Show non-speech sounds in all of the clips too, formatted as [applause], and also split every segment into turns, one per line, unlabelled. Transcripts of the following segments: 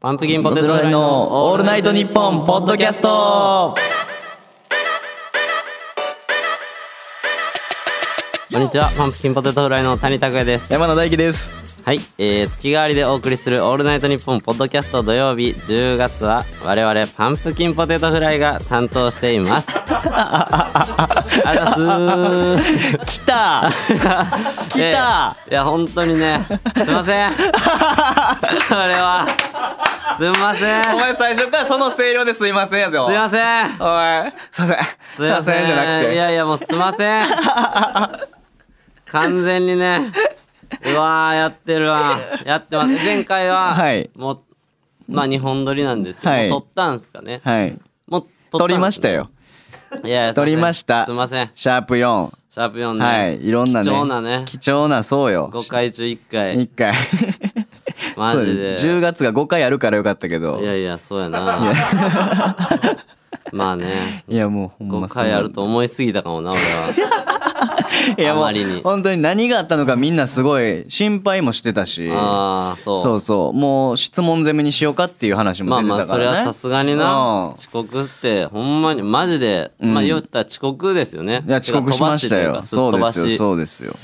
パンプキンポ
ポ
テ
テ
ト
ト
フ
フ
ライ
ライ
の
の
オ
オ
ー
ー
ル
ル
ナ
ナ
イ
イ
ト
ト
ニ
ニ
ッ
ッ
ポ
ポ
ン
ン
ポ
ポ
ッ
ッ
ド
ド
キ
キ
ャ
ャ
ス
ス
ト
ト
こんにちはパンプキンポテトフライの谷拓也です
山野大輝です
はい、えー、月替わりでお送りする「オールナイトニッポン」ポッドキャスト土曜日10月は我々パンプキンポテトフライが担当してい [laughs] ますありがとうございます
来た来た、
えーいや本当にねすいま [laughs] せんこれはすいません
お前最初からその声量ですいませんやぞ
すいません
お前すいませんすいませんじゃなく
い
て
やいやもうすいま
[laughs]
せん完全にねうわーやってるわやってます前回は、
はい
もうまあ日本撮りなんですけど、
はい
もう撮ったんすかね
はい
もう撮ったんすね
撮りましたよ
いやいや
撮りました
すいません
シャープ4
シャープ4ね、
はいいろんなね
貴重なね
貴重なそうよ
5回中1回
一回
マジで
そう10月が5回あるからよかったけど
いやいやそうやな [laughs] まあね
いやもうほんま
5回あると思いすぎたかもな俺は
いやも
あまりに
う本当に何があったのかみんなすごい心配もしてたし
あ
[laughs]
あそう
そうそうもう質問攻めにしようかっていう話も
まあ
出て
まあ
たか
それ
らね
はさすがに
うん
な遅刻ってほんまにマジで、まあ言ったら遅刻ですよね
いや遅刻しましたよ
てか飛
そうで
ば
す
しというかすっ飛ばし
よそうですよ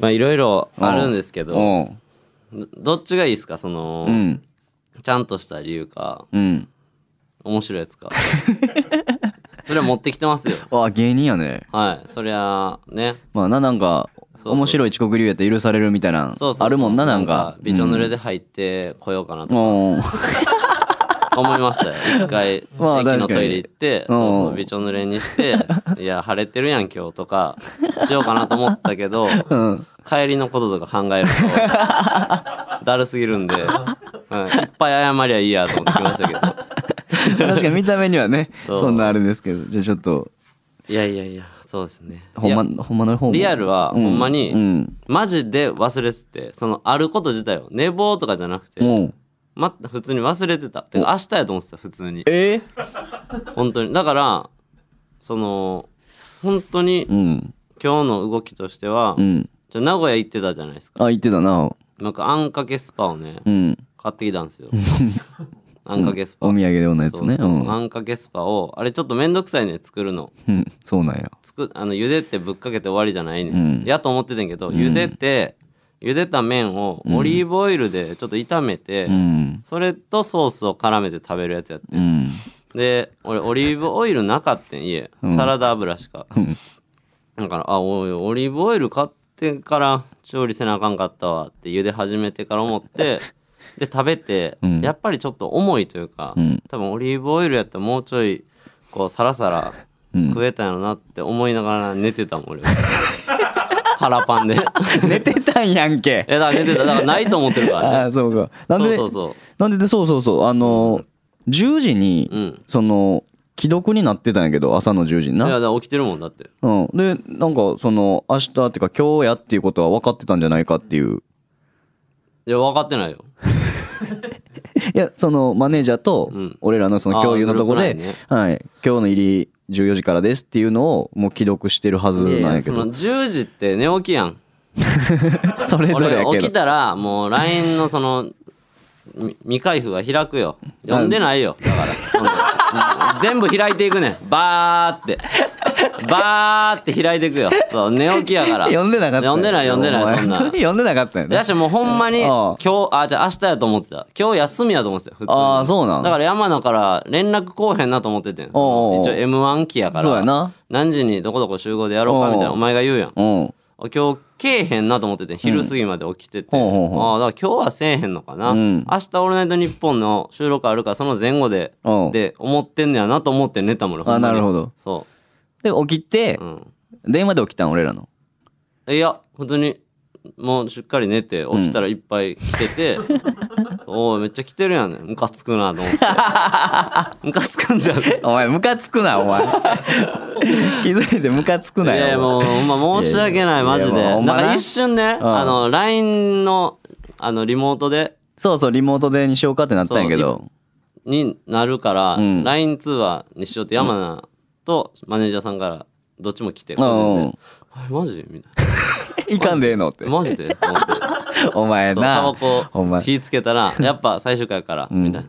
まあいろいろあるんですけ
う
ど
ん
どどっちがいいですかその、
うん
ちゃんとした理由か
うん
面白いやつか [laughs] それは持ってきてますよ
あ芸人やね
はいそりゃね
まあななんか
そうそう
面白い遅刻理由やったら許されるみたいな
そうそうそ
ん
う
あるもんななんか
びちょ濡れで入ってこようかなとか
うん
思いましたよ
[laughs]
一回駅
まあ
のトイレ行って、
確かに
そう
う
そうんびちょ濡れにして
[laughs]
「いや晴れてるやん今日」とかしようかなと思ったけ
[laughs]
ど、
うん
帰りのこととか考えると
[laughs]
だるすぎるんで、うん、いっぱい謝りゃいいやと思ってきましたけど
確かに見た目にはね
そう
そんなあれですけどじゃあちょっと
いやいやいやそうですね
ほん
いや
まほんまの方も
リアルはほんまに、
うん
マジで忘れててそのあること自体を寝坊とかじゃなくて、
うん
ま、普通に忘れてたてか明日やと思ってた普通に
え
本当にだからその本当に
うん
今日の動きとしては、
うん
じゃあ名古屋行ってたじゃないですか
あ言ってたな
なんかあんかけスパをね
うん
買ってきたんですよあんかけスパ、
お土産用のやつね
そうそううんあんかけスパをあれちょっとめんどくさいね作るの
うんそうなんや
作あの茹でてぶっかけて終わりじゃないね、
うん
やと思ってたんやけど茹でて、茹でた麺をオリーブオイルでちょっと炒めて、
うん
それとソースを絡めて食べるやつやって
うん
で俺オリーブオイルなかったん家、
うん
サラダ油しか
うん
だからあおいオリーブオイル買ってから調理せなあかんかったわって茹で始めてから思って
[laughs]
で食べて、
うん
やっぱりちょっと重いというか、 [laughs]
うん
多分オリーブオイルやったらもうちょいこうサラサラ
うん
食えたよなって思いながら寝てたもん俺は [laughs] 腹パンで [laughs]
寝てたんやんけ
えだから寝てただからないと思ってるからね
[laughs] ああそうかなんで
そうそうそ
なんででそうそうそうあのー10時に、
ううん
その既読になってたんやけど朝の10時に
いやだ
な、
から起きてるもんだって
うん、でなんかその明日っていうか今日やっていうことは分かってたんじゃないかって
[laughs]
いう
いや分かってないよ
いやそのマネージャーと
うん
俺らのその共有のとこ
あー
で、
グルー
はい、今日の入り14時からですっていうのをもう既読してるはず
い
なん
や
や
いや
け
そ
ど
の10時って寝起きやん
[laughs] それぞれや
俺
け
起き
ど
たらもう LINE のそのみ未開封が開くよ読んでないよだから [laughs] その全部開いていくねんバーってバーって開いていくよそう寝起きやから
読んでなかった
読んでない読んで
お
ない
前
そん
[laughs]
な
れ読んでなかったよね
だしもうほんまに
うん
今日あじゃあ明日やと思ってた今日休みやと思ってたよ普通に
あーそうなん
だから山名から連絡こうへんなと思っててんそ
おうおう
の
おう
一応 m 1期やから
そうやな
何時にどこどこ集合でやろうかみたい
おう
なお
おう
前が言うやん
うん
あ今日けえへんなと思ってて昼過ぎまで起きてて、
ほうほうほう
ああだから今日はせえへんのかな、
うん
明日「オールナイトニッポン」の収録あるからその前後で
うん
で思ってんねやなと思って寝たもん俺ほんまに
なるほど
そ
で起きて
う、うん、
電話で起きたん俺らの
いや本当にもうしっかり寝て起きたらいっぱい来て
[laughs]
て、おおめっちゃ来てるやんねムカつくなと思って
[laughs]
ムカつくんじゃん
お前ムカつくなお
[laughs]
前気づいてムカつく
い
なよ
やいやもうほんま申し訳ない
いやいや
マジ
いやいや
で
ほん
な
ま
ん
な
か一瞬ね、
うん
あの LINE のあのリモートで
そうそうリモートでにしようかってなったんやけど
になるから、
うん
LINE 通話にしようって山名とマネージャーさんからどっちも来て
うん
個人で「はいマジ?」みたい
いかんでええのって [laughs]
な「マジで?」と思って
お前
とタ
な
バコ
お前
火つけたらやっぱ最終回やからみたいな、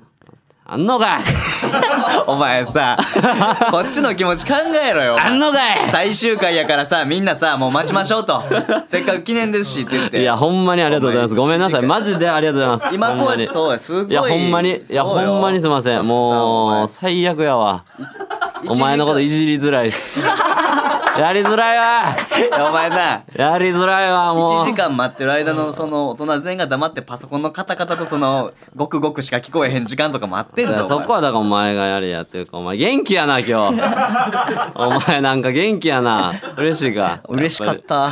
あんの
[laughs]
かい
お前さこっちの気持ち考えろよお前
あんのかい
最終回やからさみんなさもう待ちましょうとせっかく記念ですしって言って
いやほんまにありがとうございます
お前
ごめんなさいマジでありがとうございます
今
ほん
こ
ま
う
に
そうやすごい
いやほんまにいや
そうよ
ほんまにすいませ
だっ
ん
てさ
もう最悪やわ
一
お
時間
前のこといじりづらい
[laughs]
しやりづらいわ
お前お前な
やりづらいわも
1
う
時間待ってる間のその大人全員が黙ってパソコンのカタカタと
[laughs]
そのごくごくしか聞こえへん時間とか待ってん
いや
ぞ
そこはだからお前がやれやっていうかお前元気やな今
[laughs]
日お前なんか元気やな嬉しいか
お前嬉しかった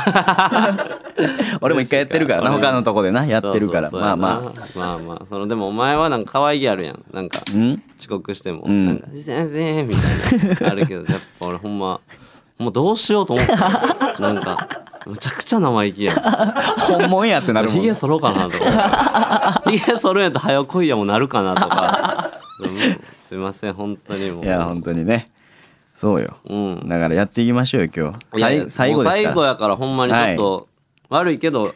[laughs] 俺も一回やってるからな他のとこでなやってるから
そうそう
まあ
そうや
ま
なまあまあそのでもお前はなんか可愛げあるやんなんか
あん
遅刻しても、
ん
なんか先生みたいなあるけ
[laughs]
どやっぱ俺ほんまもうどうしようと思ったなんかむちゃくちゃ生意気やん
本物やってなるも
ひ
ん
げ剃ろうかなと
[laughs]
かひげ剃るんやったら早来いやもなるかなとかうんすいません本当にもう
いや本当にねそうよ
うん
だからやっていきましょうよ今日
いやいや
最最
も
後です
う
か
最後
ら
やからほんまにちょっと、悪いけど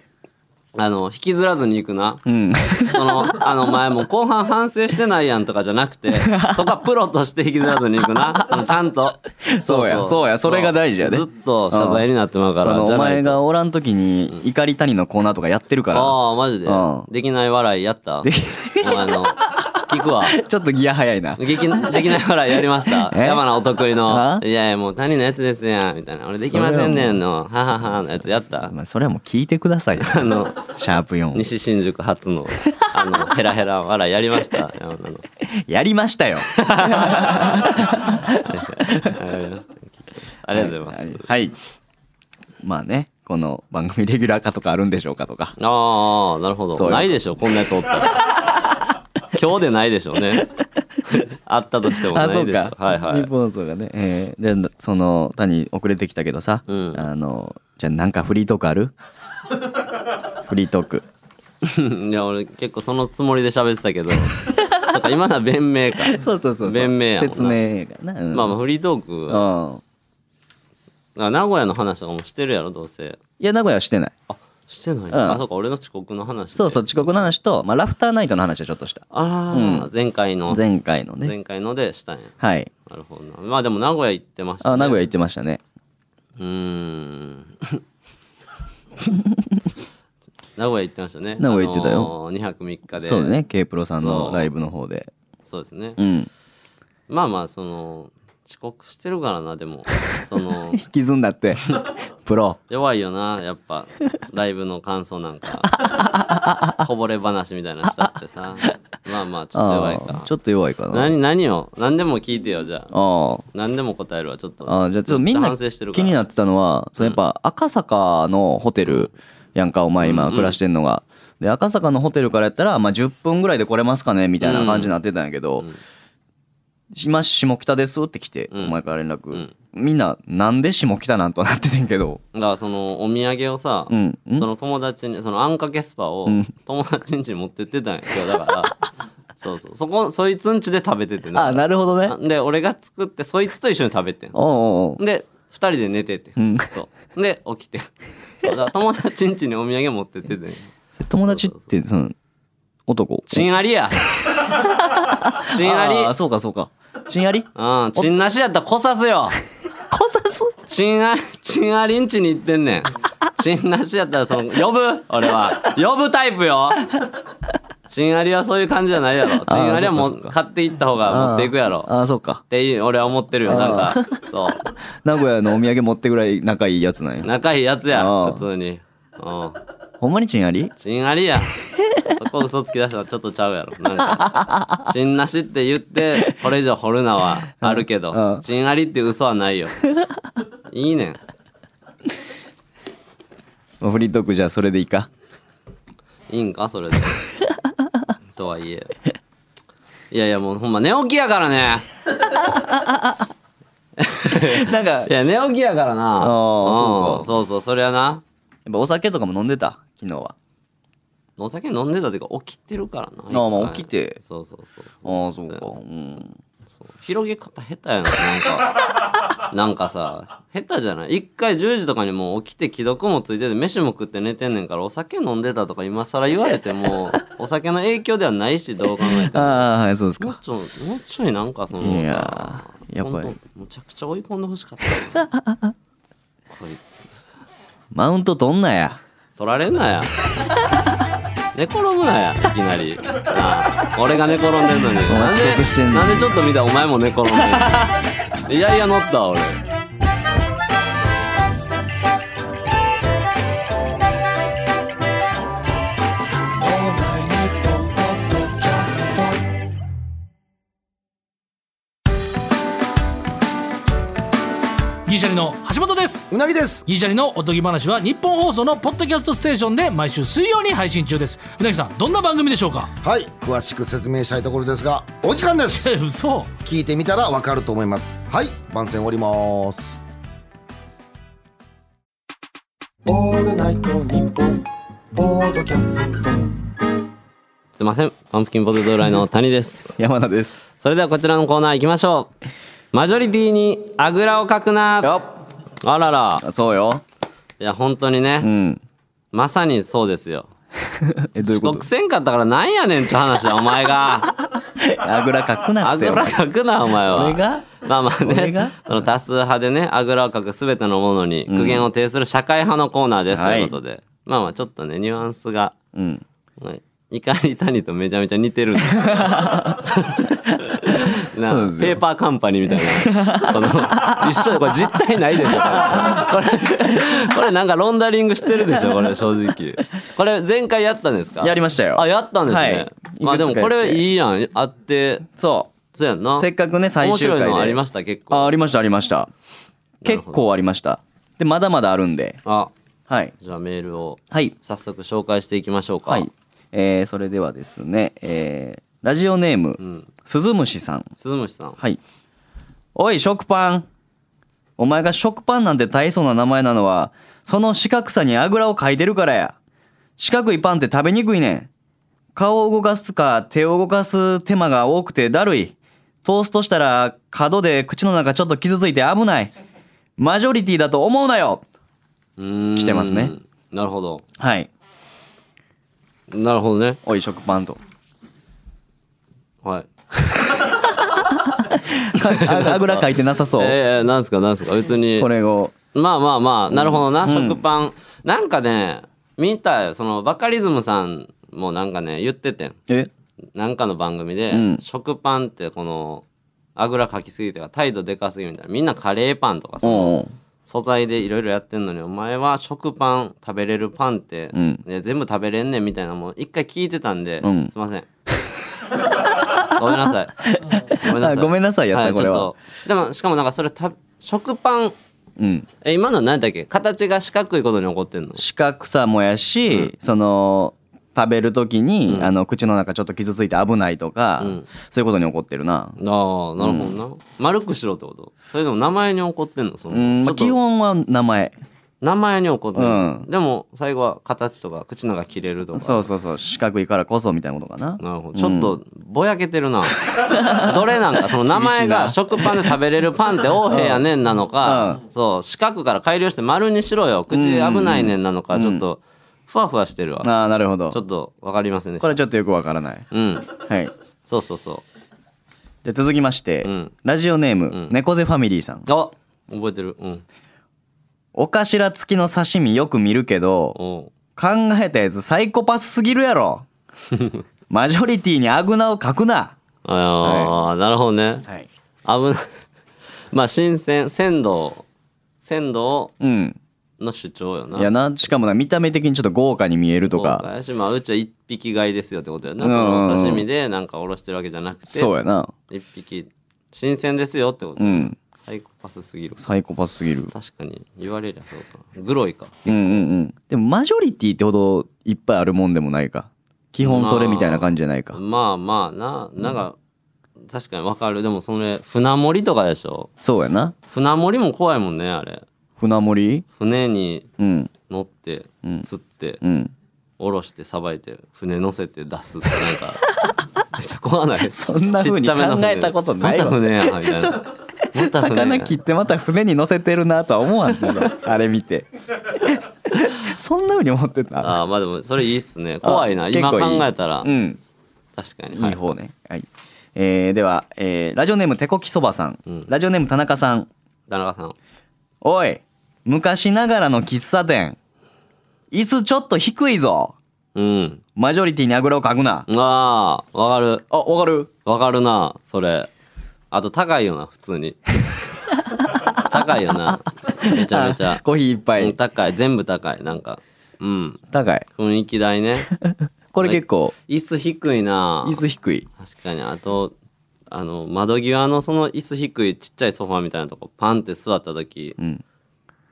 あの引きずらずに行くな
うん
その [laughs] あの前も後半反省してないやんとかじゃなく
[laughs]
てそこはプロとして引きずらずに行くなそのちゃんと
そうやそうやそれが大事やで
ずっと謝罪になってまうか
そ
ら、
の
じ
お
ゃない
前
と
がおらん時に怒り谷のコーナーとかやってるから
ああマジで、
うん
できない笑いやったであの聞くわ
ちょっとギア早いな
できなできない笑いやりました
[laughs] え
山名お得意の
あ
「いやいやもう谷のやつですやん」みたいな「俺できませんねんの」「ははは」のやつやった
まあそれはもう聞いてくださ
[laughs]
いよ
あの
シャープ4
西新宿初
[laughs]
のあのヘラヘラ笑いやりました山田の
やりましたよ
やりましたありがとうございます、
はいまあねこの番組 [laughs] レギュラー化とかあるんでしょうかとか
ああなるほど
そうよ
ないでしょこんなやつおったら
[laughs]
今日でないでしょうねあったとしてもな
あそ
いうでしょ
か
うはいは
日
い
本そうがねえーでその谷遅れてきたけどさ
うん
あのじゃあなんかフリートーク
[laughs]
あるフリートーク
[laughs] いや俺結構そのつもりで喋ってた
[laughs]
けどそっか今のは弁明か
そうそうそうそう
弁明やもんな
説明がなうん
まあまあフリートークは
うん
あ名古屋の話とかもしてるやろどうせ
いや名古屋はしてない
あしてない、
ん
あそうか俺の遅刻の話
そうそうう遅刻の話と、まあ、ラフターナイトの話はちょっとした
ああ、前回の前,、
前回のね
回のでしたんや
はい
なるほどなまあでも名古屋行ってました、ね、
あ名古屋行ってましたね
うーん名古屋行ってましたね
名古屋行ってた
あ
よ
のー、2泊3日で
そうだね K プロさん
そ
の
う
ライブの方で
そうですね
うん
まあまあその遅刻してるからなでもそ
[laughs]
の
引きずんだって
[laughs]
プロ
弱いよなやっぱライブの感想なんかこぼれ話みたいなのしたってさまあまあちょっと弱い
あ
か
ーちょっと弱いかなあ
何何を何でも聞いてよじゃあ
ー
何でも答えるわちょっと
あーじゃあちょっとみ
めっち
ん
ゃ
な
反省してるから
気になってたのはそのやっぱ赤坂のホテルやんかお前今暮らしてんのが、で赤坂のホテルからやったら、まあ、10分ぐらいで来れますかねみたいな感じになってたんやけど「今下北です」って来て、
うん
お前から連絡、
うん
みんな「なんで下北なん?」となっててんけど
だからそのお土産をさ、
うんん
その友達にそのあんかけスパを
うん
友達ん家に持ってってたんや今日だ
[laughs]
からそうそうそこそいつん家で食べてて
あなるほどね
で俺が作ってそいつと一緒に食べてん
おうおうおう
で2人で寝てて、
うん
そうで起きてそうだから友達ん家にお土産持って
[laughs]
ってて
友達ってその男
チンアリやチンアリ
あーそうかそうかチ
[laughs]
ンアリ
うんチンなしやったらこさすよ
こさす
チンアチンアリンチに行ってん
[laughs]
ねん。チンなしやったらその呼ぶ俺は呼ぶタイプよ。チンアリはそういう感じじゃないやろ。チンアリはも
そっ
う
かそっ
買っていった方が持っていくやろ。っ
あーあーそうか
ていう俺は思ってるよなんかそう
[laughs] 名古屋のお土産持ってぐらい仲いいやつなんや
仲いいやつや
ああ
普通に。うん
ほんまにチンアリ
チンアリや。そこ嘘つき出したらちょっとちゃうやろ。なんかチンなしって言ってこれ以上掘るなはあるけ
うんう
ど
ん
チンアリって嘘はないよ。いいねん。
まあフリートークじゃあそれでいいか
いいんかそれでとはいえいやいやもうほんま寝起きやからね
[laughs] なんかやっ
いや寝起きやからなん
あーそ
そうそうそれはな
ぱお酒とかも飲んでた昨日は
お酒飲んでたっていうか起きてるからな
あーまあ
一回
起きて
そうそうそう
ああそうか
そう
うん
そう広げ方下手やななん
[laughs]
かなんかさ下手じゃない一回10時とかにもう起きて既読もついてて飯も食って寝てんねんからお酒飲んでたとか今更言われてもお酒の影響ではないしどう考えても
[laughs] ああはいそうです
もう
か
ちょもうちょいなんかその
いや
さ
ーやっぱり
ほんとむちゃくちゃ追い込んでほしかったなこいつ
マウント取んなや
取られんな
[laughs]
や寝転ぶなやいきなりなあ俺が寝転んでんのに
お前
なんで
遅刻してんのに
なんでちょっと見たらお前も寝転んでんのいやいや乗った俺
ギリシャリの橋本です
うなぎです
ギリシャリのおとぎ話は日本放送のポッドキャストステーションで毎週水曜に配信中ですうなぎさんどんな番組でしょうか
はい詳しく説明したいところですがお時間です
え嘘
聞いてみたらわかると思いますはい番宣終わります
オールナイトニッポンポードキャスト
すいませんパンプキンポテトフライの谷です
山田です
それではこちらのコーナー行きましょうマジョリティにあぐらをかくな
よ
あらら
っそうよ
いや本当にね、
うん
まさにそうですよ
えどういう
遅
こと
刻せんかったからなんやねんって話やお前が
あぐらかくな
あ
っ
ぐ
てよ
らかくなお前は
俺が
まあまあ
俺
ね
が、
その多数派でね、あぐらをかくすべてのものに苦言を呈する社会派のコーナーですと
はいいう
ことで、まあまあちょっとね、ニュアンスが、
うん
はい怒り谷とめちゃめちゃ似てるんです
[laughs]
な
そうですよ
ペーパーカンパニーみたいなこの一緒でこれ実体ないでしょこれこれなんかロンダリングしてるでしょこれ正直これ前回やったんですか
やりましたよ
あやったんですね、ま
はい
あでもこれ
いくつかやって
いいやんあって
そ
そうやんな
うせっかくね最
面
終
白い
回で
のありました結構
あありましたありました
なる
結
ほど
構ありましたでまだまだあるんで
あ
はい
じゃあメールを
はい
早速紹介していきましょうか。
はい、えーそれではですね、えーラジオネーム、
ん
鈴虫さん
鈴虫さん。
はいおい食パンお前が食パンなんて大層な名前なのはその四角さにあぐらをかいてるからや四角いパンって食べにくいねん顔を動かすか手を動かす手間が多くてだるいトーストしたら角で口の中ちょっと傷ついて危ないマジョリティだと思うなよ
うーん
来てますね。
なるほど。
はい
なるほどね。
おい食パ
[laughs]
ンと
はい。
かああぐらかいてなさそう、
えー、なんですかなんですか別に。
[laughs] これを
まあまあまあなるほどな、
うん
食パン。なんかね見たよそのバカリズムさんもなんかね言っててん
え
なんかの番組で、
うん
食パンってこのあぐらかきすぎてか態度でかすぎみたいなみんなカレーパンとかさ、
うんうん
素材でいろいろやってんのにお前は食パン食べれるパンって、
うん
ね全部食べれんねんみたいなもん一回聞いてたんで、
うん
すいません [laughs] ごめんなさいごめんなさ
あ
い
ごめんなさいやった
はい
これは
ちょっとでもしかもなんかそれた食パン
うん
え今のは何だっけ形が四角いことに起こってんの
四角さもやし、その食べる時に、あの口の中ちょっと傷ついて危ないとか、
うん
そういうことに起こってるな
ああなるほどな、丸くしろってことそれでも名前に起こってんのその、
うん、まあ、
ちょっと
基本は名前
名前に起こってんの、
うん
でも最後は形とか口の中切れるとか
そうそうそう四角いからこそみたいなことかな
なるほどちょっとぼやけてるな、どれなんかその名前
厳しい
が
な
食パンで食べれるパンって横平やねんなのか、そう四角から改良して丸にしろよ口危ないねんなのか、ちょっとふわふわしてるわ、
ああなるほど
ちょっとわかりませんでし
こ
た
れちょっとよくわからない
うん
はい
そうそうそ
じゃあ続きまして、
うん
ラジオネーム、猫背ファミリーさん
うあ覚えてるうん
お頭付きの刺身よく見るけど
おう
考えたやつサイコパスすぎる
[laughs]
やろマジョリティにあぐなをかくな
ああ、なるほどね
はい
危ないまあ新鮮鮮度鮮度
うん
の主張よない
やなしかもな見た目的にちょっと豪華に見えると
そう
か
やしまあうちは一匹買いですよってことやな、
うんうんうん
そのお刺身でなんかおろしてるわけじゃなくて
そうやな
一匹新鮮ですよってこと、
うん
サイコパスすぎる
サイコパスすぎる
確かに言われりゃそうかグロいか
うんうんうんでもマジョリティってほどいっぱいあるもんでもないか基本それみたいな感じじゃないか、
まあまあななんか、確かにわかるでもそれ船盛りとかでしょ
そうやな
船盛りも怖いもんねあれ
船盛り
船に
うん
乗って釣って、
うん [laughs]
下ろしてさばいて船乗せて出すってなんかめちゃ怖ない。
そんな風に
ちっちゃめの船
考えたことないわ
また船やみたいな。また船や
魚切ってまた船に乗せてるなとは思わ
[laughs]
んけどあれ見てそんな風に思ってた
ああまあでもそれいいっすね。怖いな。
あ
今
結構いい
考えたら
うん
確かに。
いい方ねはい、えーでは、えーラジオネームてこきそばさん、
うん
ラジオネーム田中さん
田中さん。
おい昔ながらの喫茶店椅子ちょっと低いぞ
うん。
マジョリティにあぐらをかくな
ああわかる。
あわかる
わかるなそれあと高いよな普通に [laughs] 高いよなめちゃめち
あ
ゃ、
[laughs] コーヒー一
う
杯
ん高い全部高いなんかうん
高い
雰囲気代ね
これ結構
椅子低いな
椅子低い
確かにあとあの窓際のその椅子低いちっちゃいソファーみたいなとこパンって座った時
うん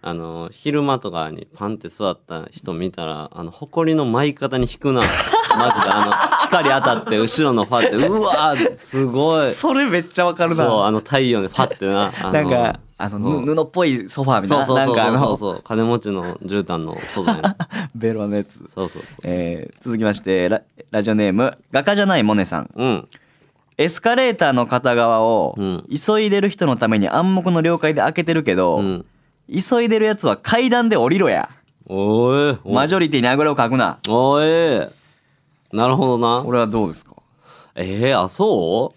あの昼間とかにパンって座った人見たらあの埃の舞い方に引
[laughs]
くなマジであの光当たって後ろのファってうわーすごい
それめっちゃわかる
そう
な
あの太陽でパッてなあの
なんかあの
そう
ぬ布っぽいソファーみたい
そう
な
そうそ
なん
う
かあ
そう
の
そう金持ちの絨毯の素材の
ベロの [laughs] やつ
そうそうそ
えー続きましてララジオネーム画家じゃないモネさん
ううん
エスカレーターの片側を
うん
急いでる人のために暗黙の了解で開けてるけど、
うん
急いでるやつは階段で降りろや
おえお
マジョリティにあぐらをかくな
おえなるほどな
これはどうですか
えー、あそ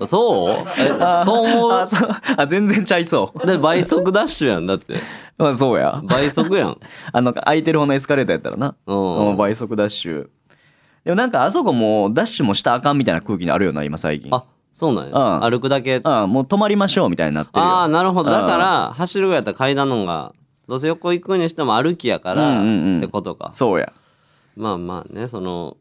うそう [laughs] えそう思
[laughs] あそうあ全然ちゃいそう
で倍速ダッシュやんだって
まあそうや
倍速やん
あの空いてる方のエスカレーターやったらな、
うん
うん倍速ダッシュでもなんかあそこもうダッシュもしたらあかんみたいな空気にあるよな今最近
あそうなんや、
うん
歩くだけ
あもう止まりましょうみたいになってるよ
ああなるほど
うん
だから走るぐらいやったら階段の方がどうせ横行くにしても歩きやから
うんうんうん
ってことか、
そうや
まあまあねその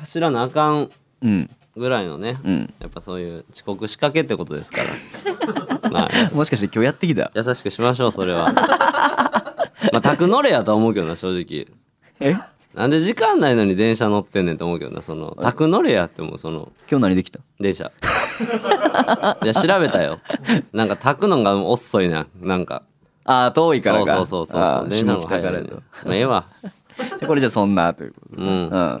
走らなあかん
うん
ぐらいのね、
うん
やっぱそういう遅刻仕掛けってことですから [laughs] まあ
もしかして今日やってきた
優優しくしましょうそれはまあ宅乗れやとは思うけどな正直
え
なんで時間ないのに電車乗ってんねんと思うけどなその宅乗れやって思うその
今日何できた
電
[laughs]
車いや調べたよなんか宅のが遅いななんか
ああ遠いか
そ
ら
う
か
そうそうそう
あ
そ
ー
う電車の
下
方
北
が
か
早
ら
い、
や
ね
と、
まあええわ
じゃあこれじゃあそんなということで、
うん
じゃあ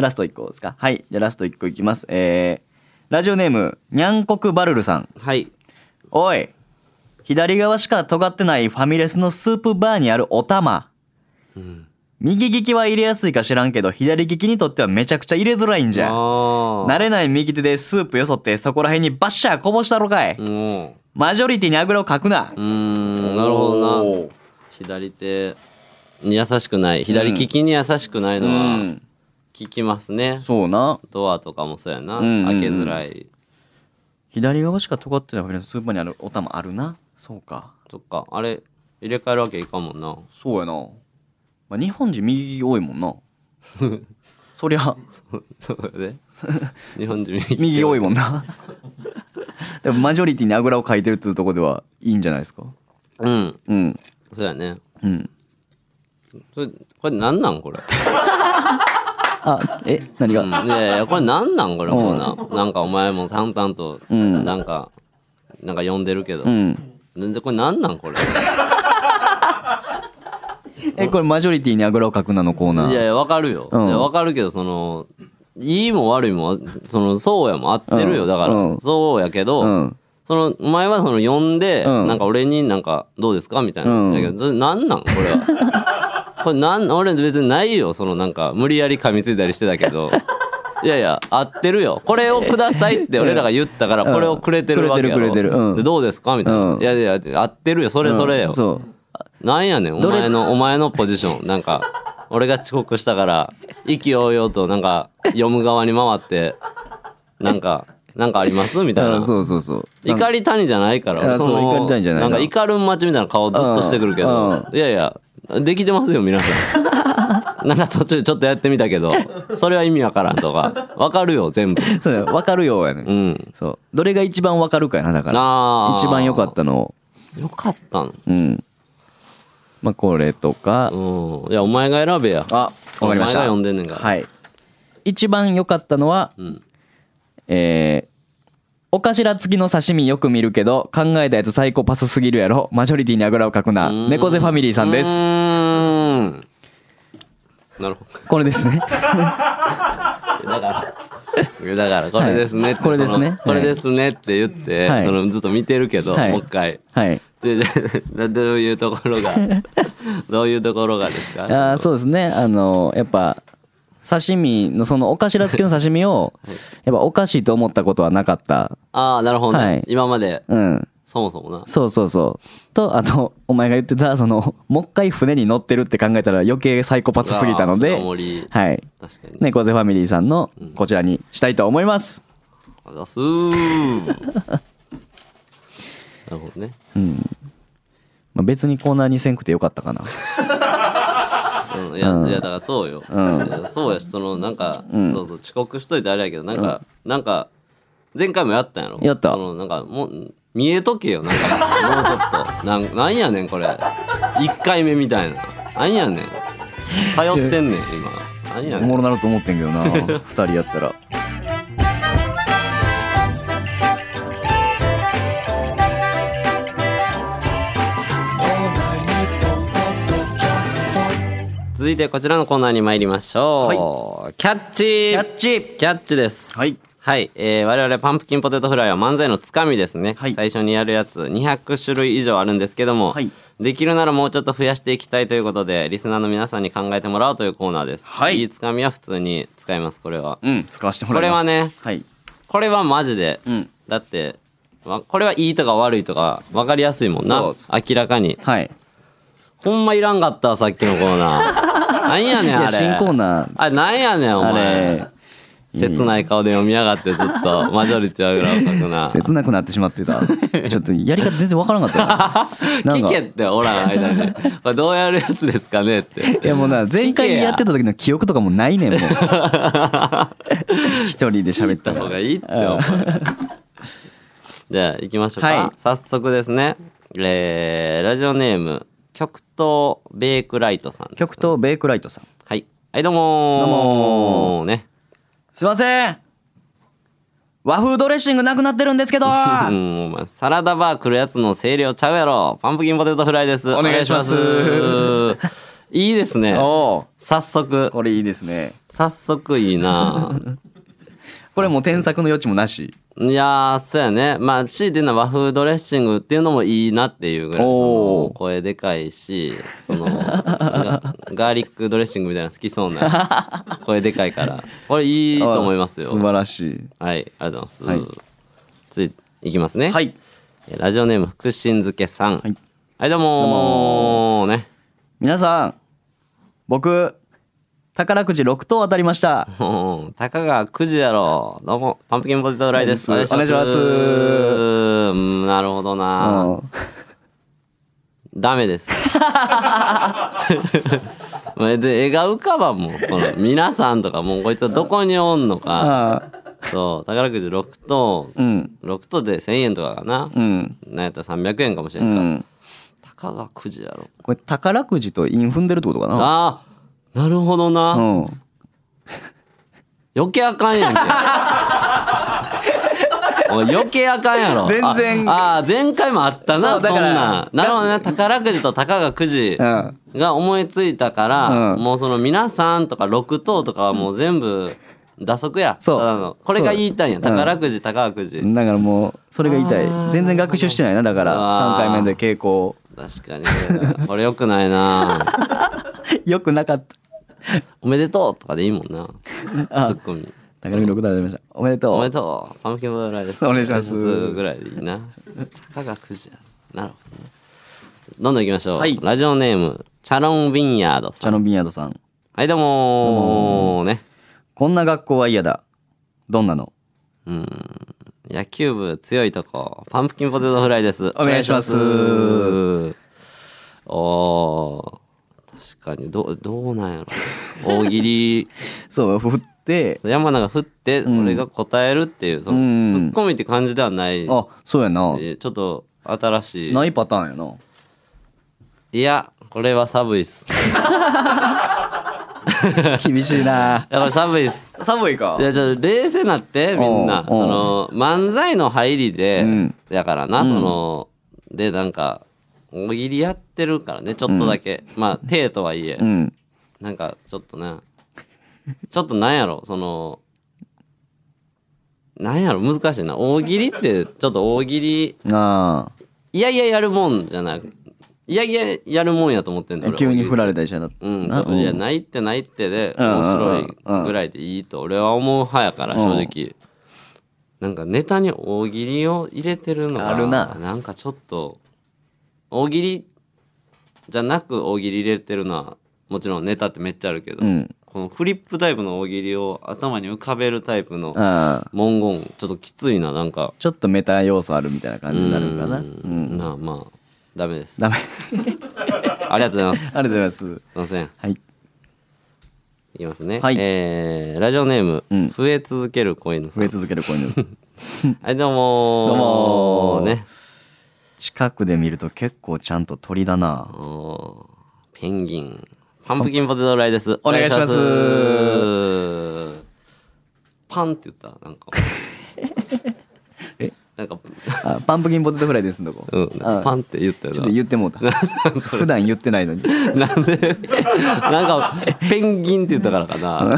ラスト1個ですかはいじゃあラスト1個いきますえーラジオネームにゃんこくばるるさん
はい
おい左側しか尖ってないファミレスのスープバーにあるお玉、右利きは入れやすいか知らんけど左利きにとってはめちゃくちゃ入れづらいんじゃ
あ
慣れない右手でスープよそってそこら辺にバッシャーこぼしたろかい、
あも
マジョリティにあぐらをかくな
ううーんなるほどな
おー
左手に優しくない左利きに優しくないの
う
は
ん
聞きますね、
そうな
ドアとかもそうやな、
うんうんう
開
ん
けづらい
左側しか尖ってないファミレスのスープバーにあるお玉あるなそうか
とかあれ入れ替えるわけいかんもんな
そうやな、まあ、日本人右利き多いも
[laughs]
んなそりゃ
そうや
[laughs]
で日本人右
右多いも
ん [laughs]
んなでもマジョリティにあぐらをかいてるっていうところではいいんじゃないですか
うん
うん
そうやね
うん
それこれなんなんこれ、
あえ何
うん、い
が、
やいやこれなんなんこれもうななんかお前も淡々と
うん
なんか、なんか呼んでるけど、
うん
なんでこれなんなんこれ
えこれマジョリティにあぐらをかくなのコーナー
いやいやわかるよ、
うん
いやわかるけどそのいいも悪いもそのそうやも合ってるよ、
うん
だから、
うん
そうやけど、
うん
そのお前はその呼んで、
うん
なんか俺になんかどうですかみたいな、
うん
だけどそれなんなんこれは
[laughs]
これなん俺別にないよそのなんか無理やり噛みついたりしてたけ
[laughs]
どいやいや合ってるよこれをくださいって俺らが言ったから
うん
これをくれてるわけやろ、
くれてるくれてるうん
でどうですかみたいな、
うん
いやいや合ってるよそれそれよ、
うんそう
なんやねんお
どれ
前のお前のポジションなんか俺が遅刻したから意気揚々となんか読む側に回ってなんかなんかありますみたい
あ
な
そうそうそう
怒り谷じゃないから
あ
俺の
そう怒り谷じゃない
な
なん
か怒るん待ちみたいな顔ずっとしてくるけどいやいやできてますよ皆さん [laughs] なんか途中ちょっとやってみたけどそれは意味わからんとかわかるよ全部
そうだよわかるようやね、
うん
そうどれが一番わかるかやなだから
なあ
一番良かったのを
よかったの
うんまあこれとか、
うんいやお前が選べや
あわかりました
お前が呼んでんねんから
はい一番良かったのは、
ん
えーお頭付きの刺身よく見るけど考えたやつサイコパスすぎるやろマジョリティにあぐらをかくな
うん
猫背ファミリーさんで
うー
す
んなるほ [laughs]
これですね
ど。だからだからこれですねって
はいこれですね
そのこれですねって言って、
はい
そのずっと見てるけど、
はい
もう一回
はい
じゃじゃどういうとこ
[laughs]
ろがどういうところがですか
あーそうですねあのやっぱ刺身のそのお頭付きの刺
[laughs]
身をやっぱおかしいと思ったことはなかった
ああなるほどね、
はい
今まで
うん
そもそもな
そうそうそうとあとお前が言ってたそのもう一回船に乗ってるって考えたら余計サイコパスすぎたの
うわ
で
ー青森
はい
確かにね
猫背ファミリーさんのこちらにしたいと思います、
あざっす
[laughs]
ーなるほどね
まあ、別にコーナーにせんくてよかったかな
うんいや、いやだからそうよ、いやそうやしそのなんか、そうそう遅刻しといてあれやけどなんか、なんか前回もやったんやろ
やった
そのなんかもう見えとけよなんかもうちょっとなんなんやねんこれ1回目みたいななんやねん通ってんねん今なんや
お
ね
もろ
ん
なると思ってんけ
[laughs]
どな二人やったら
オールナイトニッポンポッドキャスト」
続いてこちらのコーナーに参りましょう、キャッチキ
ャッチ
キャッチです
はい
はい、えー我々パンプキンポテトフライは漫才のつかみですね、
はい
最初にやるやつ200種類以上あるんですけども、
はい
できるならもうちょっと増やしていきたいということでリスナーの皆さんに考えてもらおうというコーナーです、
はい
いいつかみは普通に使いますこれは
うん使わせてもらいます
これはね
はい
これはマジで、
うん
だってわこれはいいとか悪いとか分かりやすいもんな
そうです
明らかに
はい
ほんまいらんかったさっきのコーナーな
[laughs]
んやねん
い
あ
や
れ
新コーナー
あなんやねんお
あ
前
れ
切ない顔で読みやがってずっとマジョリティは裏を書くな
[laughs] 切なくなってしまっ
[laughs]
てたちょっとやり方全然わからんかったよなん
聞
か
けっておらん間
[laughs]
にこれどうやるやつですかねって
いやもうな前回やってた時の記憶とかもうないねん
[laughs]
もう一人で喋っ
言
た
った
か
方
ら
がいいってお前じゃあ行きましょうか、
はい
早速ですねえーラジオネーム極東ベイクライトさんです
極東ベイクライトさん
はいはいどうもー
どうも
ね
すいません和風ドレッシングなくなってるんで
[laughs]
すけど
う
は
んお前サラダバー来るやつの声量ちゃうやろパンプキンポテトフライです
お願いします
お願いしますいいですね
お
早速
これいいですね
早速いい
[laughs]
な
これもう添削の余地もなし
いやーそうやねまあ強いて言うのは和風ドレッシングっていうのもいいなっていうぐらい
おー
その
[laughs]
声でかいしそのガガーリックドレッシングみたいなの好きそうな
[laughs]
声でかいからこれいいと思いますよ
素晴らしい
はいありがとうござ
はいい
ます、ついいきますね
はい
えーラジオネーム福神漬けさん。は
はいい、
どうもーね。
皆さん僕宝くじ6等当たりました
うんたかが9時やろ。どうも、パンプキンポテトフライです。
お願いします
うんなるほどな。
うん
ダメです。別に絵が浮かばんもん。この皆さんとか、もうこいつはどこにおんのか。
あ
そう、宝くじ6等、
うん
6等で1000円とかかな。
うん
なんやったら300円かもしれ
うん
から。
ん
たかが9時やろ。
これ宝くじとイン踏んでるってことかな
ああ、なるほどな。
うん
余計あかん
[laughs]
やんけ。おい余計あかんやろ
全然
ああー前回もあったな
そ
そ
うんだから
なんなるほどね宝くじとたかがくじ
うん
が思いついたから、
うん
もうその皆さんとか六等とかはもう全部打足や
そう
ただのこれが言いたいんや
うん
宝くじ宝くじ、
だからもうそれが痛い全然学習してないなだから
あ
3
ー
回目で傾向 [laughs]
確かにこれこれよくないな
よくなかった
おめでとうとかでいいもんなツ
あ
ッコミ
高木六段でましたおめで
お
と
め
う
でとうパンプキンボールライです
お願いします
ぐらいでいいなたかがくじやなるほどねどんどん行きましょう、
はい
ラジオネームチャロン・ヴィンヤード
チ
さ
ャ
ん
ノビンヤードさん
はいどうもーね
こんな学校は嫌だどんなの
うん野球部強いとこパンプキンポテトフライです
お願いします
お願いしますおー確かにどどうなんやろ大喜利 [laughs]
そう振って
山名が振って俺が答えるっていう、その
うん
ツッコミって感じではない、
あそうやな
えーちょっと新しい
ないパターンやない
や、これは寒いっす。 [laughs]
厳しいな
やっぱり寒いっす。
寒いか
いや、ちょっと冷静になって、みんな。
おう
その、漫才の入りで、
うん
だからな、
うん
その、で、なんか、大喜利やってるからね、ちょっとだけ。まあ、手とはいえ、
うん
なんか、ちょっとね、ちょっとなんやろ、その、なんやろ難しいな大喜利ってちょっと大喜利
あ
いやいややるもんじゃなくいやいややるもんやと思ってんだ
あ
俺
急に振ら
れ
れたりしたら
うん
な
そういやないってないってで
うん
面白いぐらいでいいと俺は思う派やから
うん
正直なんかネタに大喜利を入れてるのが
あるなん
かちょっと大喜利じゃなく大喜利入れてるのはもちろんネタってめっちゃあるけど、
うん
このフリップタイプの大喜利を頭に浮かべるタイプの
ああ
文言ちょっときついななんか
ちょっとメタ要素あるみたいな感じになるのかなう
うん
ん
なあまあダメです
ダメ
ありがとうございます
ありがとうございます
すいません
はい
いきますね、
はい
えーラジオネーム、
うん
増え続ける子犬さ
増え
ん
続ける子犬
はいどうもー
どうもー
ね
近くで見ると結構ちゃんと鳥だな
おーペンギンパンプキンポテトフライです
お願いします
お願いしますパンって言ったなんか
[laughs] え
なんか、
あパンプキンポテトフライですんとこ
うん、
あ
パンって言ったよ
ちょ
な
っと言っ
[laughs]
てもうた普段言ってないのに
なんで [laughs] なんかペンギンって言ったからかな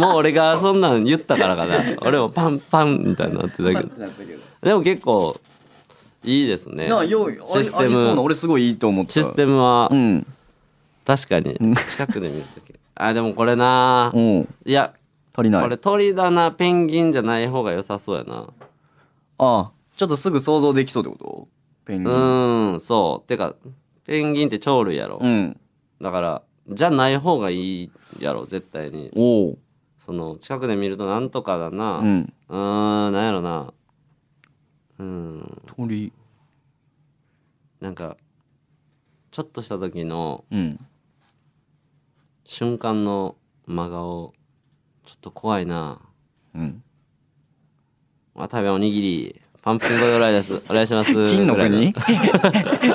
もう俺がそんなん言ったからかな俺もパンパンみたいになってたけどでも結構いいですね
なあよいあれ
システ
ありそうな
ム
俺すごいいいと思った
システムは
うん
確かに近くで見るときあでもこれな
うん
いや
足りない
これ鳥だなペンギンじゃない方が良さそうやな
ああちょっとすぐ想像できそうってことペンギ
う
ン
ーんそうてかペンギンって鳥類やろ
うん
だからじゃない方がいいやろ絶対に
おお
その近くで見るとなんとかだな、
うん
うーん、なんやろな。うーん、
鳥
なんか、ちょっとした時の
うん
瞬間の真顔、ちょっと怖いな。
うん
渡部おにぎり、パンプキンゴドライです。お願いします。
金の国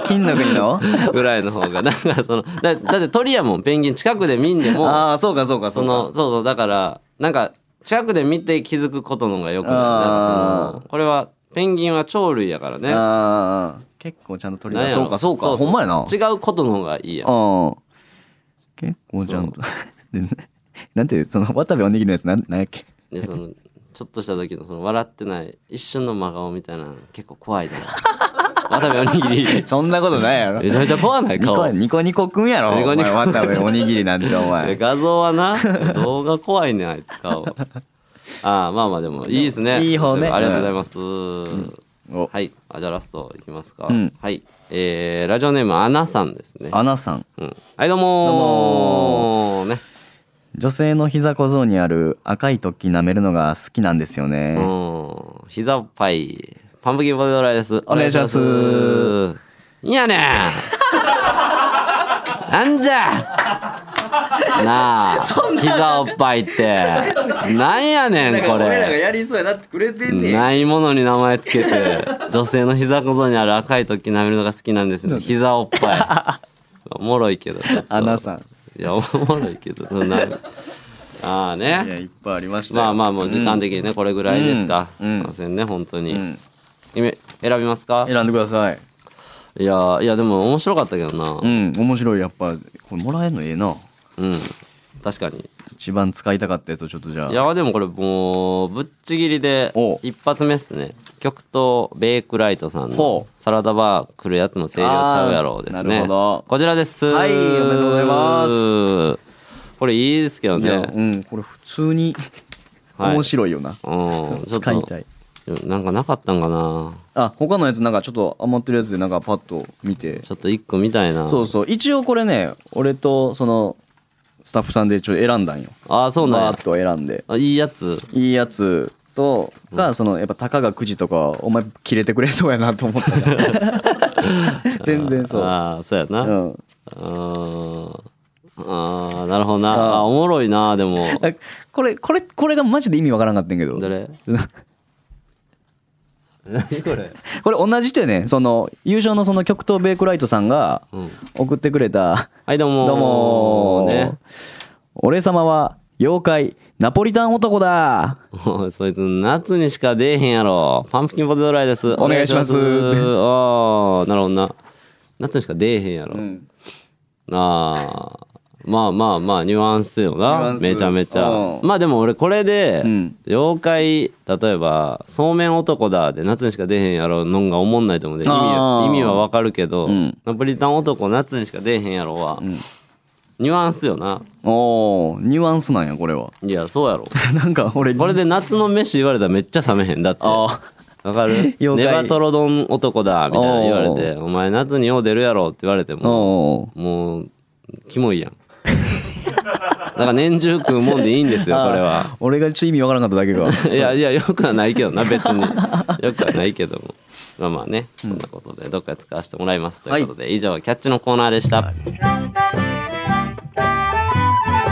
金の国の
ぐらいのぐらいの方が、なんかその、だだって鳥やもん、ペンギン近くで見んで [laughs] も、
ああそうかそうか
そ
そうか
の、そうそう、だから、なんか、近くで見て気づくことの方がよくない。なんかそのこれは、ペンギンは鳥類やからね。
ああ結構ちゃんと鳥
なん
だ
やろ
そうかそうかほんまやな
違うことの方がいいやん。
ああ結構ちゃんと [laughs] でなんてその渡部おにぎりのやつなんなんやっ
[laughs]
け
でそのちょっとした時のその笑ってない一瞬の真顔みたいなの結構怖い
[laughs]
な渡部おにぎり
そんなことないやろ
めちゃめちゃ怖ない
ニ
顔
コニコニコくんやろ
ニコニコ
お前渡部おにぎりなんてお
で [laughs]
前
画像はな動画怖いねあいつ顔ああまあまあでもいいですね
いい方ね
ありがとうございます、
お
はいあじゃあラストいきますか、
うん
はいえー、ラジオネームアナさんですね
アナさん
うん、はいどうもー
どうも
ね
女性の膝小僧にある赤い突起舐めるのが好きなんですよね、
うん膝パイパンプキンポテトフライですお
願いします
い
[laughs]
やねんなんじゃなあ膝おっぱいってなんやねんこれ
やりそうやなってくれて
ないものに名前つけ
[laughs]
て女性の膝小僧にある赤い時舐めるのが好きなんですね膝おっぱい
[laughs]
おもろいけどちょっと
アナさん
いやおもろいけどそんな
[laughs]
ああね
いやいっぱいありましたよ
まあまあもう時間的にねこれぐらいですか、
うんうん
すいませんね本当に、
ん
え選びますか
選んでください
いやいやでも面白かったけどな
うん面白いやっぱこれもらえるのええな
うん、確かに
一番使いたかったやつをちょっとじゃあ
いやでもこれもうぶっちぎりで
おう
一発目っすね極東ベイクライトさんの
ほ
サラダバー来るやつの声量ちゃうやろうですね
あーなるほど
こちらです
はいおめでとうございます
これいいですけど
いや
ね
うんこれ普通に
はい
面白いよな、
うんちょっ
使い
と
たい
なんかなかったんかな
あ他のやつなんかちょっと余ってるやつでなんかパッと見て
ちょっと一個見たいな
そうそう一応これね俺とそのスタッフさんでちょっと選んだんよ
ああそうなんや
バーッと選んで
あいいやつ
いいやつとがそのやっぱたかがくじとかお前切れてくれそうやなと
[laughs]
思ったから全然そう
ああそうや
う
な、
ん
うん、ああなるほどな
ああ
あおもろいなで
[laughs]
も
あこれこれこれがマジで意味わからんかったんやけど
どれ何これ
これ同じでねその優勝のその極東ベイクライトさんが
うん
送ってくれた
はいどうもー
どうもー
ね
俺様は妖怪ナポリタン男だ
おいそいつ夏にしか出えへんやろパンプキンポテトフライです
お願いします
お願いしますああなるほどな夏にしか出えへんやろ、ああまあまあまあニュアンスよ
ニュア
な
ンス
めちゃめちゃ
うん
まあでも俺これで
うん
妖怪例えばそうめん男だで夏にしか出へんやろのんが思んないと思うんで意味
あ
は
ー
意味はわかるけど
うん
ナポリタン男夏にしか出へんやろはニュアンスよな
おーニュアンスなんやこれは [laughs]
いやそうやろ
なんか俺
これで夏の飯言われたらめっちゃ冷めへんだって
ああ
わか
[laughs]
る
了解
ネバトロ丼男だみたいな言われて
お
お前夏によう出るやろって言われても
おー
もうキモいやん [laughs] だから年中食うもんでいいんですよこれは
あー俺がちょっと意味わからなかっただけ
[laughs]
か
いやいやよくはないけどな別
[laughs]
によくはないけどもまあまあねそんなことでどっか使わせてもらいますということで、以上キャッチのコーナーでした、
オールナイトニッポン」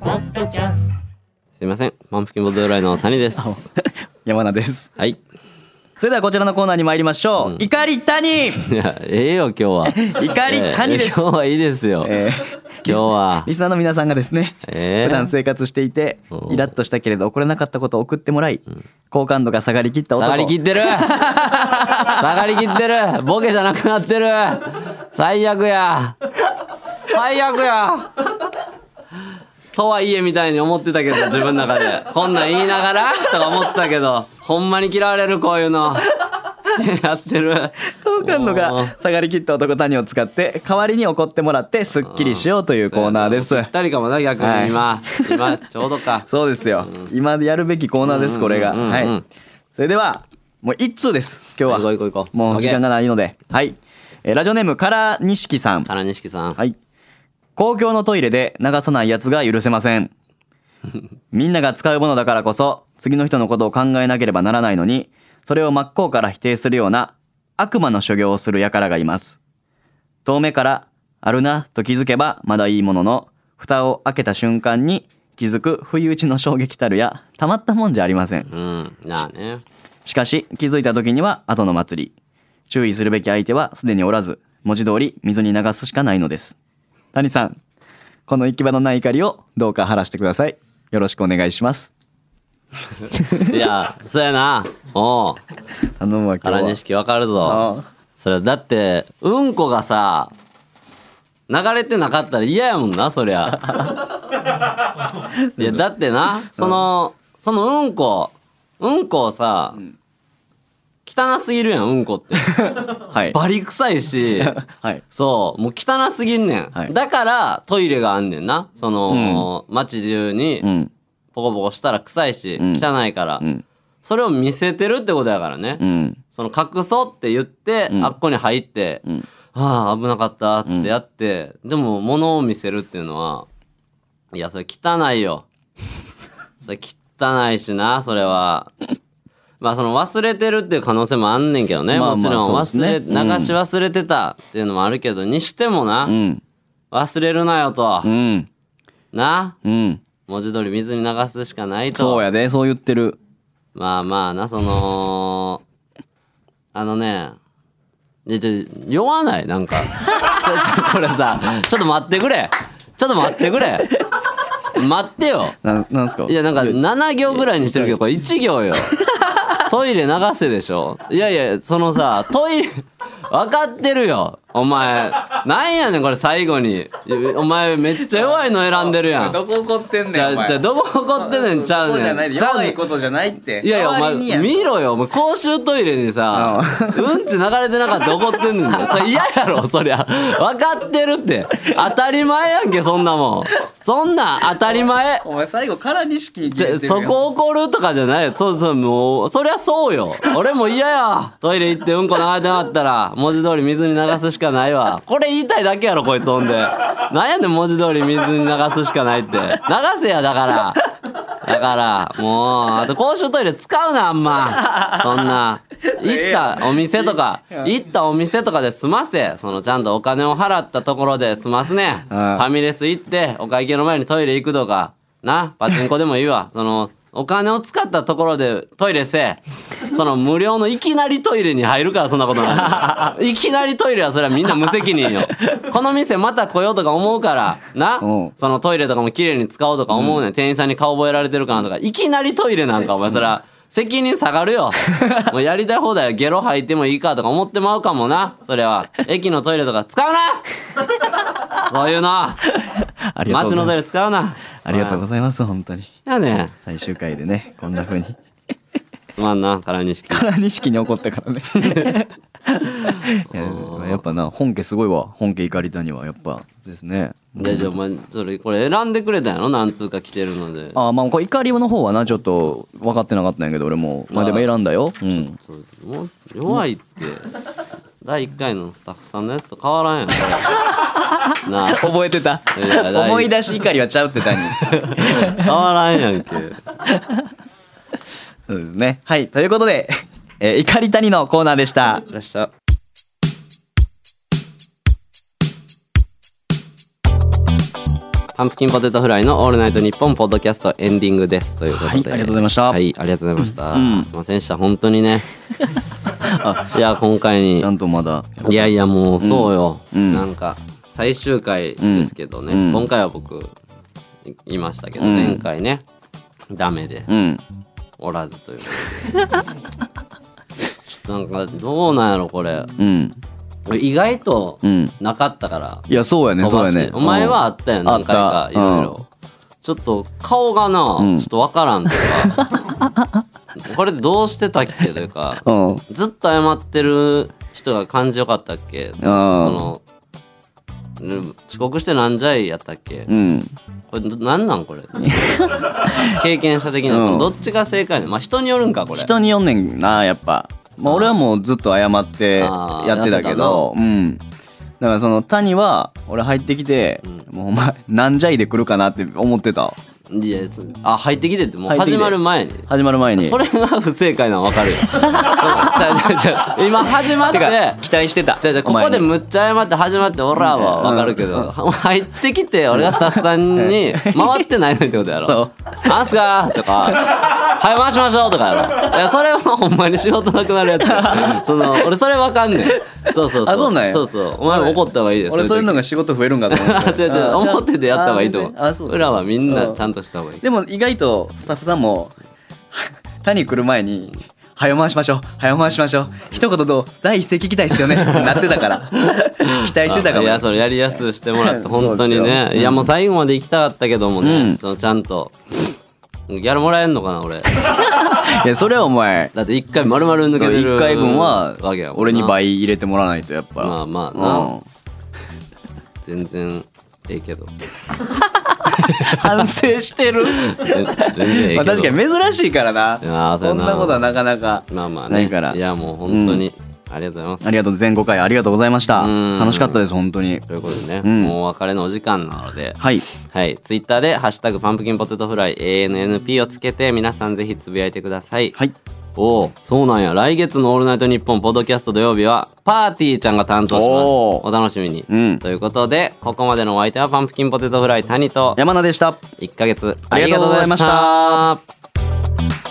ポッドキャスト
すいません満腹ボドゥライの谷です
[laughs] 山名です
はいい
それではこちらのコーナーに参りましょう、怒り谷
やええよ今日
[laughs]
は
怒り谷で
ええ
す
今日はいいですよ、
えー
今日は
リスナーの皆さんがですね、
えー
[laughs] 普段生活していて
うん
イラッとしたけれど怒れなかったことを送ってもらい、好感度が下がりきった
下
男
がりき
[laughs]
ってる下がりきってるボケじゃなくなってる最悪や最悪やとはいえみたいに思ってたけど自分の中でこんなん言いながらとか思ってたけどほんまに嫌われるこういうの [laughs] やってる
好感度が下がりきった男谷を使って代わりに怒ってもらってすっきりしようというコーナーです
2人かもな逆に今、
は
今ちょうど
[laughs]
か
そうですよ今やるべきコーナーですこれが
うんうんうん
はいそれではもう一通です今
行
日
こう
は
行こう行こう
もう時間がないのではいえーラジオネームから錦さん
唐錦さん、
はい。公共のトイレで流さないやつが許せま
[laughs]
せん。みんなが使うものだからこそ、次の人のことを考えなければならないのに、それを真っ向から否定するような悪魔の所業をする輩がいます。遠目から、あるなと気づけばまだいいものの、蓋を開けた瞬間に気づく不意打ちの衝撃たるや、たまったもんじゃありません。
うんなあね
しかし気づいた時には後の祭り注意するべき相手はすでにおらず文字通り水に流すしかないのです谷さんこの行き場のない怒りをどうか晴らしてくださいよろしくお願いします
いやそうやなおう
頼むわ今日
唐
は
錦わかる
[laughs]
ぞ
ああ
それだってうんこがさ流れてなかったら嫌やもんなそり
[laughs]
ゃいやだってなそのそのうんこうんこをさ、汚すぎるやんうんこって
はい
バリ臭い
[laughs]
し
はい
そうもう汚すぎんねん、
はい
だからトイレがあんねんなその、街中に
うん
ポコポコしたら臭いし、
ん
汚いから、
うん
それを見せてるってことやからね、
うん
その隠そうって言って、
ん
あっこに入って、
ん
ああ危なかったっつってやって、でも物を見せるっていうのはいやそれ汚い
[laughs]
よそれ汚いしなそれはまあその忘れてるっていう可能性もあんねんけどね、
まあまあ
もちろん
そうです
忘
ね
れ、
うん
流し忘れてたっていうのもあるけどにしてもな、
うん
忘れるなよと、
うん
な
うん
文字通り水に流すしかないと
そうやでそう言ってる
まあまあな、その、 [laughs] あのね、いやちょ、酔わないなんか。ちょ、ちょ、これさ、ちょっと待ってくれ。ちょっと待ってくれ。待ってよ。
なんなんすか
いや、なんか7行ぐらいにしてるけど、これ1行よ。トイレ流せでしょいやいや、そのさ、トイレ、分かってるよ。お前、なんやねん、これ最後に。お前、めっちゃ弱いの選んでるやん。
こ怒ってんね
じゃあ、じゃあどこ怒ってんねんちゃうねん。ちゃうねん
ことじゃないって
いやいや、お前、見ろよ。お前、公衆トイレにさ、うんち流れてなかったら怒ってんねんで。それ嫌やろ、そりゃ。分かってるって。当たり前やんけ、そんなもん。そんなん当たり前。
お前最後から錦に
じゃそこ怒るとかじゃないよ。そうそう、もう、そりゃそうよ。俺も嫌や。トイレ行ってうんこ流れてなかったら、文字通り水に流すしかないわ。これ言いたいだけやろ、こいつほんで。なんやねん、文字通り水に流すしかないって。流せや、だから。だから、もう、あと公衆トイレ使うな、あんま。そんな。行ったお店とか、行ったお店とかで済ませ。その、ちゃんとお金を払ったところで済ますね。フ
ああ
ァミレス行って、お会計の前にトイレ行くとか、な、パチンコでもいいわ。その、お金を使ったところでトイレせえ。その無料のいきなりトイレに入るからそんなこと
[laughs]
ない。いきなりトイレはそれはみんな無責任よ。この店また来ようとか思うから、な
うん、
そのトイレとかも綺麗に使おうとか思うねん、店員さんに顔覚えられてるかなとかいきなりトイレなんかお前そら責任下がる
[laughs]
よもうやりたい放題ゲロ吐いてもいいかとか思ってまうかもなそれは駅のトイレとか使うなそういうの
ありがと
街
うご
のト
ざ
イ
い
レ
ます。
使うな
ありがとうございます、本当に。
やねん
最終回でね、こんな風に。
すまんな唐錦
から錦に怒ったから [laughs] ね。いややっぱな、本家すごいわ。本家怒り谷は、やっぱですね。
じゃあじゃあお前それこれ選んでくれたんやろ何通か来てるので
あまあこれ怒りの方はなちょっと分かってなかったんやけど俺もまあでも選んだよ、うん、
それもう弱いって第1回のスタッフさんのやつと変わらんやんこれ
[laughs]
なあ
覚えてた
いや大
思い出し怒りはちゃうって谷
変わらんやんけ
[laughs] そうですねはいということで、えー怒り谷のコーナーでした
いらっしゃいパンプキンポテトフライの「オールナイトニッポン」ポッドキャストエンディングですということで、
はいありがとうございました
はいありがとうございました、
うん
すいませんでした本当に
[laughs]
ねいや今回に
ちゃんとまだ
いやいやもうそうよ、
うん
なんか最終回ですけどね、
うん
今回は僕い言いましたけど、
うん
前回ねダメで
うん
おらずということでちょっとなんかどうなんやろこれ
うん
意外と
うん
なかったから、
いやそうやね
飛
そう
ば
や
し
ね
お前はあったやん
あ
何
っ
回か
た
いろいろちょっと顔がな、
うん
ちょっとわからんというかこれどうしてたっけというか
うんうん
ずっと謝ってる人が感じよかったっけそのうん遅刻してなんじゃいやったっけ
うん
これどなんなんこれ経験者的にはそのどっちが正解なのまあ人によるんかこれ
人によんねんなやっぱ、まあ、俺はもうずっと謝って
あー
やってたけどうんだからその谷は俺入ってきて、もうお前なんじゃいで来るかなって思ってた
いやそあ入ってきてってもう
入ってき
始
て
まる前に
始まる前に
それが不正解なの分か
[laughs]
るよちゃうちゃうちゃう今始まって
てか期待してた
じゃじゃこ
お前
こ
に
でむっちゃ謝って始まってオラはわかるけど、入ってきて俺がスタッフさんに回ってないのにってことやろ
そう
なんすかとか「はい回しましょう」とかやろいやそれはほんまに仕事なくなるや
[laughs]
つその俺それわかんねんそうそうそう
あそうなんや
そうそうお前も怒った方がいいです
俺そういうのが仕事増えるんかと
[laughs]
思って
違う違う表でやった方がいいと思う
あそうそう
裏はみんなちゃ
うん
とした方がいい
でも意外とスタッフさんも [laughs] 谷来る前に「早回しましょう早回しましょう一言どう第一声聞きたいっすよね」ってなってたから
[laughs]
期待してたかも
いやそれやりやすくしてもらって本当に
そうで
ね
すよ
いやもう最後まで行きたかったけどもね、
うん
そのちゃんとギャラもらえんのかな俺
いやそれはお前
だって一回丸々抜け
そう
てる
1回分は
わけやもんな
俺に倍入れてもらわないとやっぱ
まあまあな
うん
全然ええけど
反省してる
全全然ええけど、
まあ確かに珍しいからない
やーそうや
そん
な
なことはなかなか
まあまあ
な
ね
いから
いやもう本当に、ありがとうございます
ありがとう全5回ありがとうございました
うん
楽しかったです本当に
ということでね、
うん
もうお別れのお時間なので
はい
はい、ツイッターで「ハッシュタグパンプキンポテトフライ ANNP」をつけて皆さんぜひつぶやいてください、
はい
おおそうなんや来月の「オールナイトニッポン」ポッドキャスト土曜日はパーティーちゃんが担当します
お
お
ー
楽しみに、
うん
ということでここまでのお相手はパンプキンポテトフライ谷と
山名でした
1ヶ月
ありがとうございました
ありがとうございました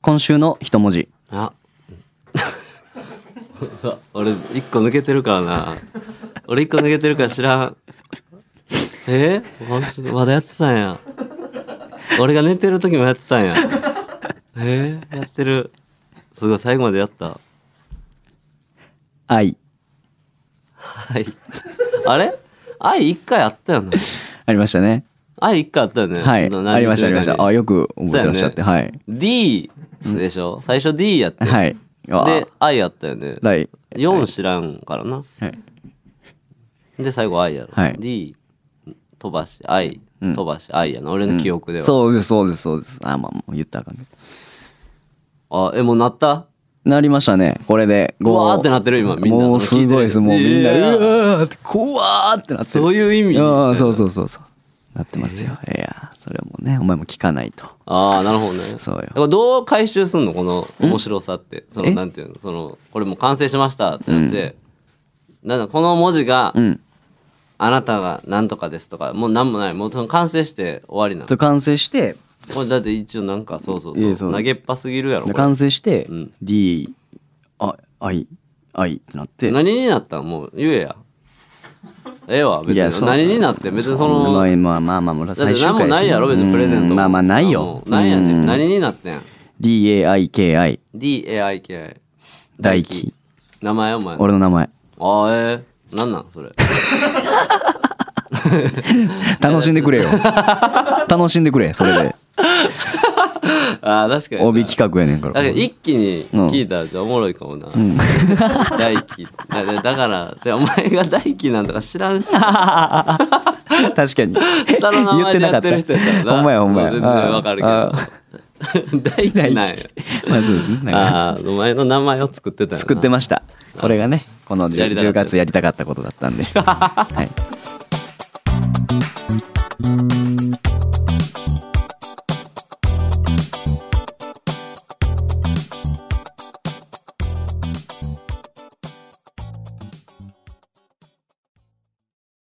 今週の一文字
あ俺一個抜けてるからな俺一個抜けてるから知らんえ今週まだやってたんや俺が寝てる時もやってたんやえやってるすごい最後までやった
愛
はいあれ愛一回あったよね
ありましたね
愛一回あったよね
はい
な
ありましたありまし
何
たあよく覚えてらっしゃっ
そ
て
う
はい
D でしょ最初 D やって、
はいあ
で愛あったよね
第
4知らんからな、
はい
で最後愛やろ、
はい
D 飛ばし愛
うん
飛ばし愛やな俺の記憶では、
そうですそうですそうですあまあもう言ったらあかんけど
あえもうなった
なりましたねこれで
うわーってなってる今みんな
もう
そ
す
の聞いてる
ごいですもうみんな
いうや
わーって怖ーってなってる
そういう意味
うんそうそうそうそうなってますよ、いやそれはもうねお前も聞かないと
ああなるほどね
そうよ
だからどう回収すんのこの面白さってその
え
なんていうのそのこれもう完成しましたってなって、なんだこの文字が、
うん
あなたがなんとかですとかもうなんもないもうその完成して終わりな
それ完成して
のこれだって一応なんかそうそう
い
そう
やそう
投げっぱすぎるやろこれ
完成して、
うん
D あ I I ってなって
何になったんもう言えやええわ別
いやそ
に
う
何になって別にそ
まあ
の
まあまあまあまあ
だっ
最
て
終
何
回
もないやろ別にプレゼン
う
ト
んまあまあない
も
よ
う何やね
うん
ん何になってん
DAIKI
DAIKI
大輝
名前お前
俺の名前
ああええなんなん [laughs] それ
楽しんでくれ
[laughs]
よ楽しんでくれそれで
ああ確かにな
帯企画やねんか
だからら一気に聞いたらじゃあおもろいかもな、大輝だだだからじゃあお前が大輝なんとか知ら [laughs] んし
[laughs] 確かに
下の名前でやってる人やったらな
ほんまやほんまや
全然わかるけど [laughs] 大輝なんや
まあそうですねなんか
ああお前の名前を作ってたんやな
作ってましたこれがねこの
やりたかった [laughs]
10月やりたかったことだったんではい